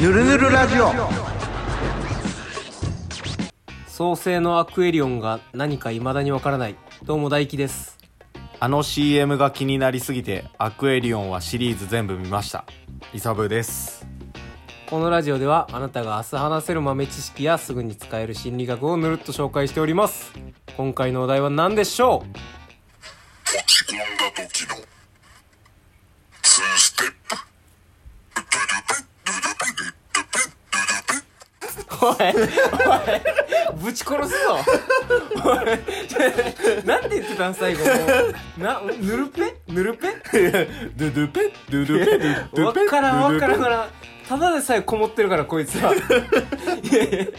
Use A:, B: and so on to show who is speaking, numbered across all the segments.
A: ぬるぬるラジオ
B: 創世のアクエリオンが何か未だにわからない。どうも大輝です。
C: あの CM が気になりすぎてアクエリオンはシリーズ全部見ましたイサブです
B: このラジオではあなたが明日話せる豆知識やすぐに使える心理学をぬるっと紹介しております。今回のお題は何でしょう
D: 落ち込んだ時のツーステップ
B: おい、おい、ぶち殺すぞ。おい なんて言ってたん最後。な、ぬるぺぬるぺ
C: ドゥドゥペドゥドゥペドゥド
B: わ
C: ゥペ
B: からんわからんわ
C: ん
B: からんただでさえこもってるからこいつ はいやい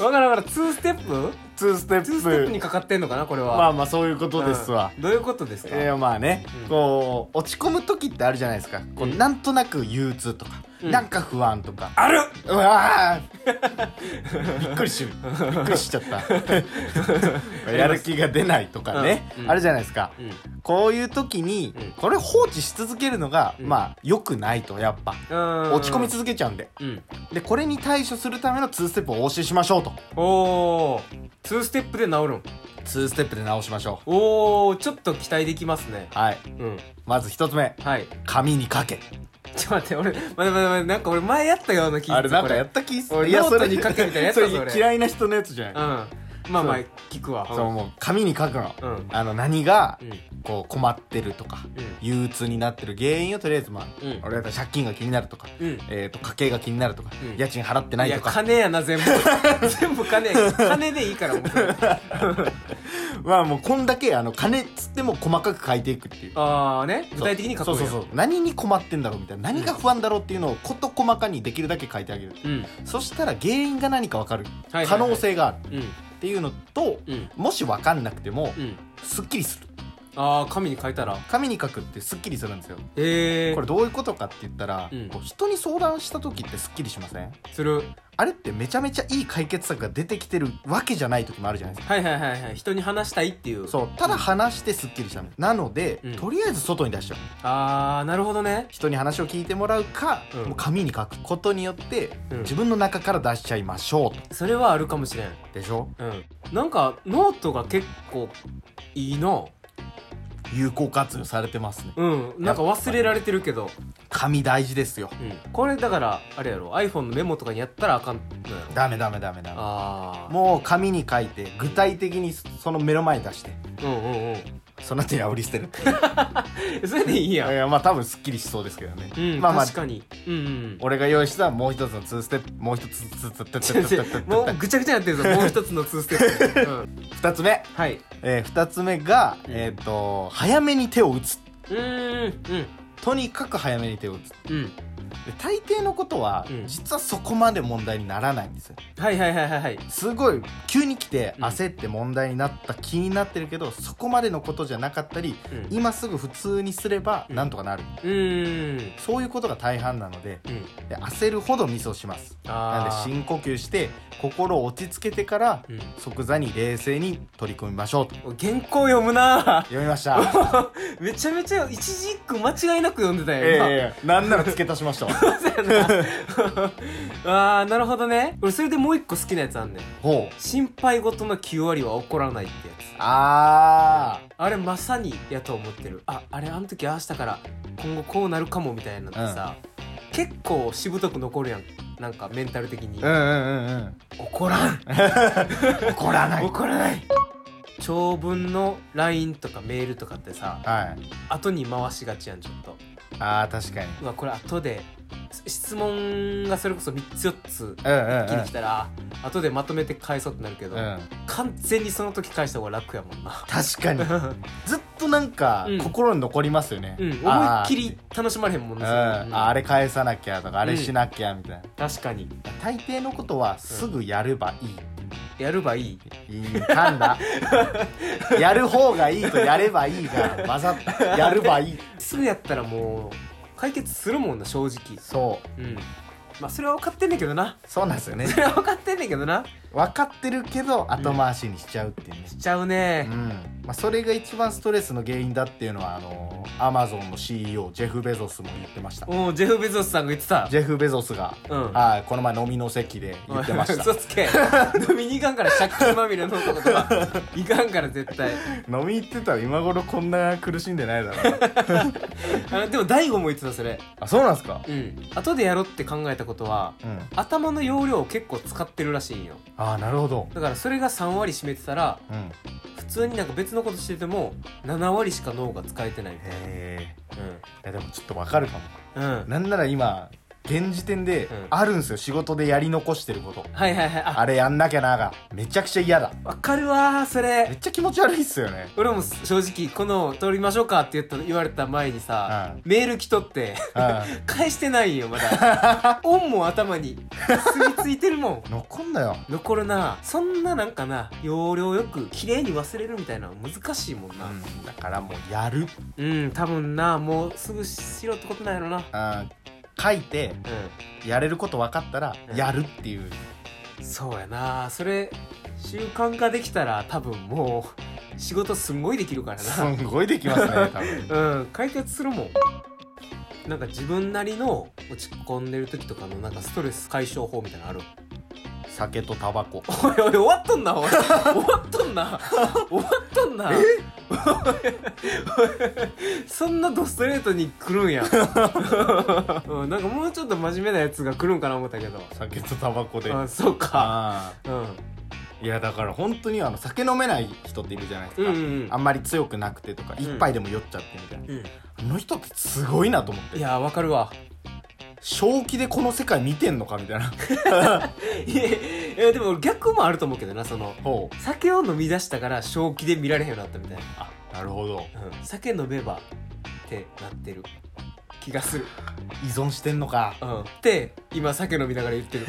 B: やわからんわからん2ステップ
C: ツーステップ
B: 2ステップにかかってんのかなこれは
C: まあ
B: あ
C: まあそういうことですわ、
B: どういうことですか、
C: えーまあね、
B: うん
C: こう落ち込む時ってあるじゃないですかこう、
B: うん
C: なんとなく憂鬱とか、
B: うん
C: なんか不安とか
B: ある
C: うわ ーびっくりしびっくりしちゃった やる気が出ないとかね、
B: うんうん
C: あるじゃないですか、
B: うん
C: こういう時に、
B: うん
C: これ放置し続けるのが、
B: うん
C: まあ良くないとやっぱ、
B: 落
C: 落ち込み続けちゃうんで
B: うん
C: でこれに対処するための2ステップをお教えしましょうと
B: おー2ステップで治るん
C: 2ステップで直しましょ
B: おーちょっと期待できますね
C: うはい
B: うん
C: まず1つ目
B: はい
C: 紙に書け
B: ちょっと待って俺待って待って待ってなんか俺前やったような気がするこれ
C: た気
B: 俺
C: いや それ
B: ノートに書けみたいなやつだそれ
C: 嫌いな人のやつじゃ
B: う
C: ない
B: んまあまあ
C: そう
B: 聞くわ
C: そうもう紙に書くの
B: うんうん
C: あの何が
B: うん
C: こう困ってるとか
B: う
C: 憂鬱になってる原因をとりあえずまあ
B: うん
C: 俺だったら借金が気になるとか
B: んうん
C: えーと家計が気になるとか
B: うん
C: 家賃払ってないい
B: や
C: とか
B: 金やな全部 全部金や金でいいからもうそれ
C: まあもうこんだけあの金っつっても細かく書いていくっていう
B: ああね具体的に書くんや
C: そうそうそう何に困ってんだろうみたいな何が不安だろうっていうのを事細かにできるだけ書いてあげる
B: うん
C: そしたら原因が何か分かる
B: はいはいはい
C: 可能性がある
B: うん
C: っていうのと
B: うん
C: もし分かんなくても
B: うん
C: すっきりする
B: ああ紙に書いたら
C: 紙に書くってすっきりするんですよ
B: ええー、
C: これどういうことかって言ったら、
B: うん
C: こう人に相談した時ってすっきりしません
B: する
C: あれってめちゃめちゃいい解決策が出てきてるわけじゃない時もあるじゃないですか
B: はいはいはいはい人に話したいっていう
C: そうただ話してすっきりしたのなので、
B: うん
C: とりあえず外に出しちゃう
B: ああなるほどね
C: 人に話を聞いてもらうか、
B: うん
C: もう紙に書くことによって、
B: うん
C: 自分の中から出しちゃいましょうと
B: それはあるかもしれん
C: でしょ
B: うんなんかノートが結構いいな
C: 有効活用されてますね
B: うんなんか忘れられてるけど、
C: 紙大事ですよ
B: うん、これだからあれやろ iPhone のメモとかにやったらあかんのやろ
C: ダメダメダメダメ
B: ああ
C: もう紙に書いて具体的にその目の前に出して
B: うんうんうん
C: その手あおり捨てる
B: えそれでいい
C: い
B: やん
C: やいやまあ多分すっきりしそうですけどね、
B: うん、
C: まあまあ
B: 確かに。うんうん。
C: 俺が用意したもう一つの2ステップもう一つつつつつ
B: 先生
C: つつ
B: もうぐちゃぐちゃになってるぞ、もう一つの2ステッ プ。うん、
C: 2つ目、
B: はい。
C: えー、2つ目が、えっ、と早めに手を打つ
B: うーん、うん、
C: とにかく早めに手を打つ
B: うん。
C: で大抵のことは、
B: うん
C: 実はそこまで問題にならないんですよ
B: はいはいはいはいはい。
C: すごい急に来て
B: うん
C: 焦って問題になった気になってるけど、そこまでのことじゃなかったり
B: うん。
C: 今すぐ普通にすれば
B: うん
C: なんとかなる、
B: うーん。
C: そういうことが大半なので
B: うん。
C: で焦るほどミスをしますなんで
B: あー
C: 深呼吸して心を落ち着けてから即座に冷静に取り組みましょうと
B: うん。原稿読むな ぁ
C: 読みました
B: めちゃめちゃ一字一句間違いなく読んでたよ、今。
C: ええなんなら付け足しましたわ
B: あー、なるほどね。俺、それでもう一個好きなやつあんねん。
C: ほう
B: 心配事の9割は起こらないってやつ。
C: あ
B: あれまさにやと思ってるああれあの時ああしたから今後こうなるかもみたいなのってさ、結構しぶとく残るやんなんかメンタル的に、
C: ーうんうんうんうん
B: 怒らん
C: 怒らない
B: 怒らない長文の LINE とかメールとかってさ
C: はい
B: 後に回しがちやんちょっと
C: あー確かに
B: うわこれ後で質問がそれこそ3つ4つ
C: うんうん
B: 一気に来たら、後でまとめて返そうってなるけど、
C: うん、うん、
B: 完全にその時返した方が楽やもんな
C: 確かに ずっとなんか
B: うん
C: 心に残りますよね、
B: うん思い
C: あー
B: っきり楽しまれへんもん
C: う
B: ね
C: ん、
B: それうん
C: ああれ返さなきゃとかあれしなきゃみたいな、
B: 確かに
C: 大抵のことはすぐやればいい、
B: やればいい
C: いい噛 んだやる方がいいとやればいいが混ざったやればいい
B: すぐやったらもう解決するもんな正直
C: そう
B: うんまあそれは分かってんねんけどな
C: そうなんですよね
B: それは分かってんねんけどな
C: 分かってるけど後回しにしちゃうっていうね、
B: しちゃうね
C: うんまあ、それが一番ストレスの原因だっていうのはあのアマゾンの CEO ジェフ・ベゾスも言ってました
B: うんジェフ・ベゾスさんが言ってた
C: ジェフ・ベゾスが、
B: うん
C: はいこの前飲みの席で言って まし
B: 嘘つけ 飲みに行かんから借金まみれの男とか行かんから絶対
C: た飲み行ってたら今頃こんな苦しんでないだろう な
B: あでも大悟も言ってたそれ
C: あそうなんすか
B: うん後でやろうって考えたことは
C: うん
B: 頭の容量を結構使ってるらしいんよ
C: ああなるほど
B: だからそれが3割占めてたら
C: うんへ
B: 普通になんか別のことしてても7割しか脳が使えてないみたい
C: え
B: ない
C: やでもちょっとわかるかも
B: うん、うん、
C: なんなら今現時点で
B: うん
C: あるんすよ仕事でやり残してること
B: はいはいはいあ
C: あれやんなきゃながめちゃくちゃ嫌だ
B: わかるわーそ
C: めっ
B: れ
C: ちゃ気持ち悪いっすよ ね
B: 俺も正直この「撮りましょうか」って言った言われた前にさ、
C: うん
B: メール来とって
C: う
B: 返してないよまだオンも頭にすりついてるもん
C: ん残んなよ
B: 残るなそんななんかな要領よく綺麗に忘れるみたいなの難しいもんな
C: だからもうやる、
B: うん、多分なもうすぐしろってことなんやろな
C: うん、書いて
B: う
C: やれること分かったら
B: うん
C: やるっていう、
B: んそうやなそれ習慣化できたら多分もう仕事すんごいできるから
C: す
B: なん
C: ごいできますね多分
B: うん解決するもんなんか自分なりの落ち込んでる時とかのなんかストレス解消法みたいなのある
C: 酒とタバコ
B: おいおい終わっとんなおい終わっとんな終わっとんなえそんなドストレートに来るんや、うん、なんかもうちょっと真面目なやつが来るんかな思ったけど
C: 酒とタバコで
B: あそうか
C: あ
B: うん
C: ーいやだから本当にあの酒飲めない人っているじゃないで
B: う
C: す
B: ん
C: か、
B: うんうん
C: あんまり強くなくてとか
B: うん
C: 一杯でも酔っちゃってみたいな、
B: う
C: あの人ってすごいなと思って
B: ん、いやわかるわ
C: 正気でこの世界見てんのかみた いな
B: いやいやでも俺逆もあると思うけどなその
C: ほう
B: 酒を飲み出したから正気で見られへんようになったみたい
C: あなるほど
B: な、うん、酒飲めばってなってる気がする、
C: 依存してんのか
B: うん、って今酒飲みながら言ってる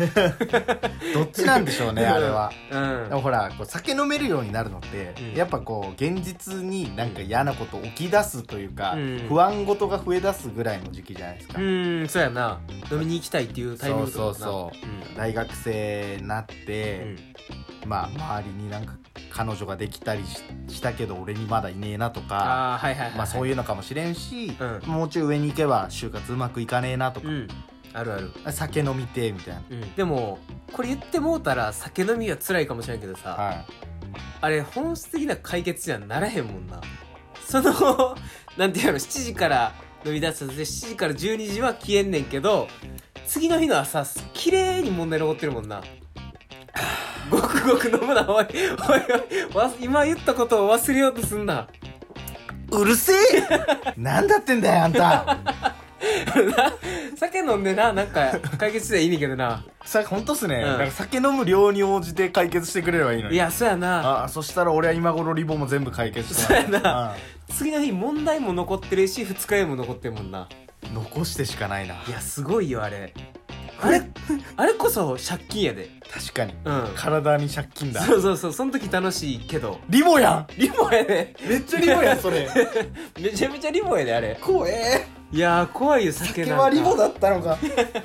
C: どっちなんでしょうねあれは
B: うん
C: でもほらこう酒飲めるようになるのって、
B: うん
C: やっぱこう現実になんか嫌なこと起き出すというか、
B: うん
C: 不安事が増え出すぐらいの時期じゃないですか、
B: うんそうやな飲みに行きたいっていうタイミング
C: そう
B: とか
C: そうそう
B: う
C: 大学生になっ
B: ん、う
C: て、
B: ん
C: まあ周りになんか彼女ができたりししたけど俺にまだいねえなとか
B: ああはいはいはい
C: まあそう
B: いう
C: いうのかもしれんし、
B: う
C: もうちょい上に行けば就活うまくいかねえなとか
B: う、んあるある、
C: 酒飲みてえみたいな、
B: うん、でもこれ言ってもうたら酒飲みは辛いかもしれんけどさ、
C: は
B: あれ本質的な解決じゃならへんもんなその なんていうの7時から飲み出したとして7時から12時は消えんねんけど次の日の朝綺麗に問題残ってるも んなごくごく飲むなおいおいおいわ今言ったことを忘れようとすんな
C: い、うるせえなんだってんだよあんた
B: 酒飲んでななんか解決したらいいねんけどな
C: さほんとっすね、
B: うん
C: なんか酒飲む量に応じて解決してくれればいいのに
B: いやそうやな
C: ああそしたら俺は今頃リボンも全部解決して
B: そうやな次の日問題も残ってるし2日目も残ってるもんな
C: うん残してしかないない
B: やすごいよあれあれあれこそ借金やで
C: 確かに
B: うん
C: 体に借金だ
B: そうそうそうその時楽しいけど
C: リボや
B: リボやで
C: んめっちゃリボやんそれ
B: めちゃめちゃリボやであれ
C: 怖え
B: いやー怖いよ酒
C: 酒
B: なんか
C: はリボだったのか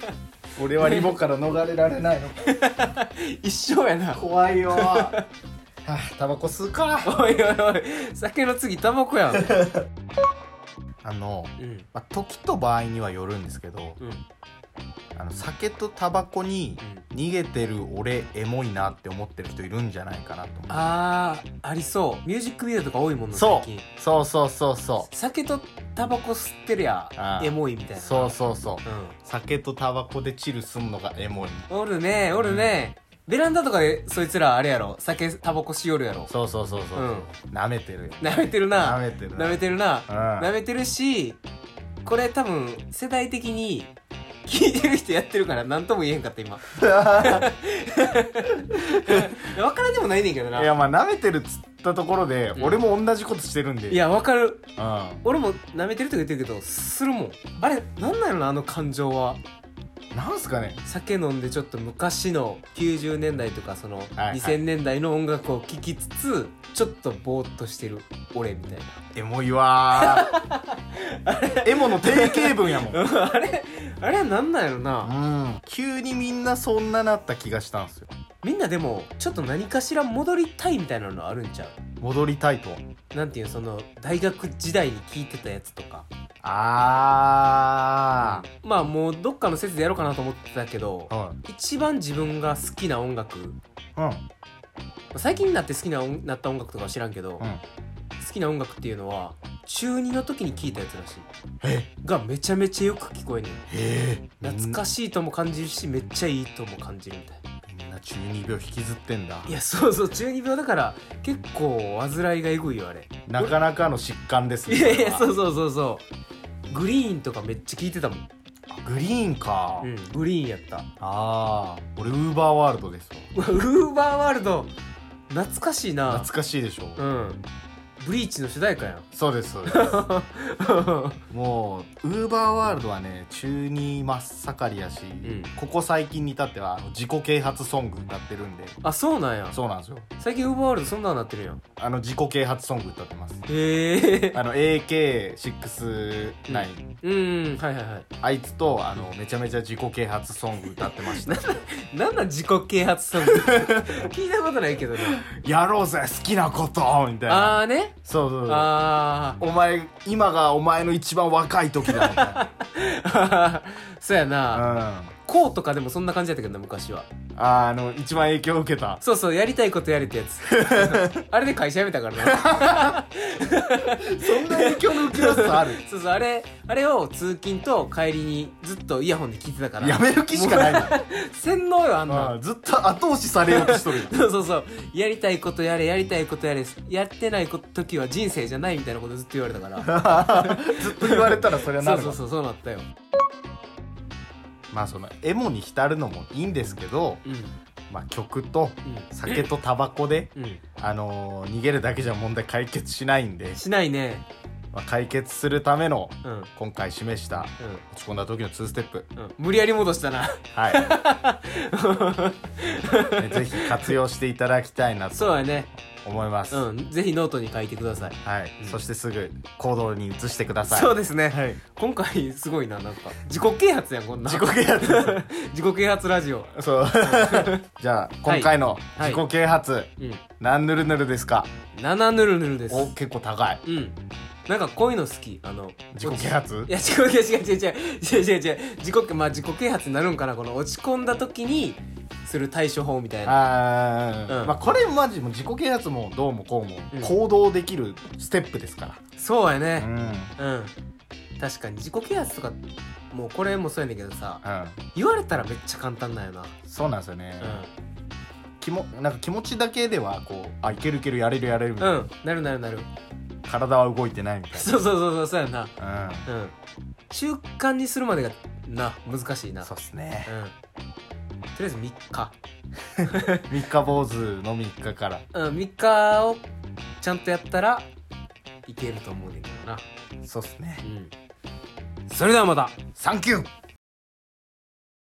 C: 俺はリボから逃れられないのか
B: 一生やな
C: 怖いよは あタバコ吸うか
B: おいおいおい酒の次タバコやん
C: あの、
B: うん
C: まあ、時と場合にはよるんですけど
B: うん
C: あの酒とタバコに逃げてる俺エモいなって思ってる人いるんじゃないかなと思う
B: あーありそうミュージックビデオとか多いもんな
C: そ
B: 最近
C: うそうそうそうそ
B: 酒とタバコ吸ってりゃ
C: あー
B: エモいみたいうな
C: そうそうそう
B: うん
C: 酒とタバコでチルすんのがエモい
B: おるねおるね、ベランダとかでそいつらあれやろ酒タバコしよるやろ
C: そうそうそうそう、舐めてるよ
B: 舐めてる
C: 舐
B: な
C: めてる
B: 舐めてるな
C: うん
B: 舐めてるしこれ多分世代的に聞いてる人やってるから何とも言えへんかった 今分からんでもないねんけどない
C: いやまあ舐めてるっつったところで、
B: うん
C: 俺も同じことしてるんで
B: や分かる
C: うん、な
B: 俺も舐めてるとか言ってるけどするもんあれなんなのなあの感情は
C: んすかね
B: 酒飲んでちょっと昔の90年代とかその
C: いはい
B: 2000年代の音楽を聴きつつちょっとぼーっとしてる俺みたいな
C: エモいわーエモの定型文やもん、うん、
B: あれあれはなんなんやろな
C: 急にみんなそんななった気がしたんすよ
B: みんなでもちょっと何かしら戻りたいみたいなのあるんちゃ
C: 戻りたいと
B: うなんていうのその大学時代に聞いてたやつとか
C: あ
B: まあもうどっかの説でやろうかなと思ってたけど
C: あは
B: 一番自分が好きな音楽
C: いうん
B: 最近になって好きな音なった音楽とかは知らんけど、
C: うん
B: 好きな音楽っていうのは中2の時に聴いたやつらしい
C: え
B: がめちゃめちゃよく聞こえね
C: え
B: え懐か
C: し
B: しいとも感じるしめっちゃいいとも感じるみたいない
C: みんな中二病引きずってんだ
B: いやそうそう中二病だから結構煩いがえぐいよあれ
C: なかなかの疾患ですね
B: いやいや
C: こ
B: そうそうそうそうグリーンとかめっちゃ聞いてたもん
C: れはグリーンか、
B: うんグリーンやった
C: ああ俺ウーバーワールドですわ
B: うわウーバーワールド懐かしいな
C: 懐かしいでしょ、
B: うんブリーチの主題歌や ん
C: そうですそうですもうウーバーワールドはね中二真っ盛りやし、
B: ん
C: ここ最近に至ってはあの自己啓発ソング歌ってるんで
B: あそうなんや
C: そうなんですよ
B: 最近ウーバーワールドそんなんなってるやん
C: あの自己啓発ソング歌ってます
B: へえ
C: あの AK69
B: うんはいはいはい
C: あいつとあのめちゃめちゃ自己啓発ソング歌ってま した
B: なんなん自己啓発ソング聞いたことないけ どね
C: やろうぜ好きなことみたいな
B: ああね
C: そうそうそう
B: あ
C: お前今がお前の一番若い時だみたい
B: あそうやな
C: な、うん、
B: こうとかでもそんな感じだったけどな昔は
C: ああの一番影響を受けた
B: そうそうやりたいことやれってや つあれで会社辞めたからな
C: そんな影響の受けやすさある
B: そうそうあれあれを通勤と帰りにずっとイヤホンで聞いてたから
C: やめる気しかないの
B: 洗脳よあん
C: あ
B: な
C: ーずっと後押しされようとしとるよ
B: そうそうそうやりたいことやれやりたいことやれやってないこと時は人生じゃないみたいなことずっと言われたから
C: ずっと言われたらそれはな
B: そ
C: る
B: う
C: わ
B: そうそうそうなったよ
C: まあそのエモに浸るのもいいんですけど、
B: うん
C: まあ、曲と
B: う
C: 酒とタバコで、
B: んうん
C: あのー逃げるだけじゃ問題解決しないんで、
B: しないね
C: まあ、解決するための
B: うんうん
C: 今回示した落ち込んだ時の2ステップ
B: うん無理やり戻したな
C: はいねぜひ活用していただきたいなと
B: そうやね
C: 思います、
B: うんぜひノートに書いてください
C: はい、
B: うん
C: そしてすぐ行動に移してください
B: そうですね、
C: はい
B: 今回すごいななんか自己啓発やんこんな
C: 自己啓発です
B: 自己啓発ラジオ
C: そう じゃあ今回の自己啓発、
B: うん
C: 何ぬるぬるですか
B: 7ぬるぬるです
C: お結構高い
B: うんなんかこういうの好きあの
C: 自己啓発
B: いや違う違う違う違う違う違う違う自己,、まあ、自己啓発になるんかなこの落ち込んだ時にする対処法みたいな
C: あー、
B: うん
C: まあこれマジもう自己啓発もどうもこうも
B: うん
C: 行動できるステップですか
B: そうや
C: らう
B: ね
C: んうん
B: うん、確かに自己啓発とかもうこれもそうやねんけどさ言われたらめっちゃ簡単なんよな
C: そうなんですよね、
B: う
C: 気もなんか気持ちだけではこうあいけるいけるやれるやれるみたい
B: ん、う
C: な、
B: ん、なるなるなる
C: 体は動いてないみたい
B: そうそうそうそうそうやな
C: なうん
B: うん習慣にするまでがな難しいな
C: そうっすね
B: うんとりあえず3日
C: 三日坊主の三日から
B: うん3日をちゃんとやったらいけると思うねんけどな
C: そうっすね
B: うんそれではまた
C: サンキュー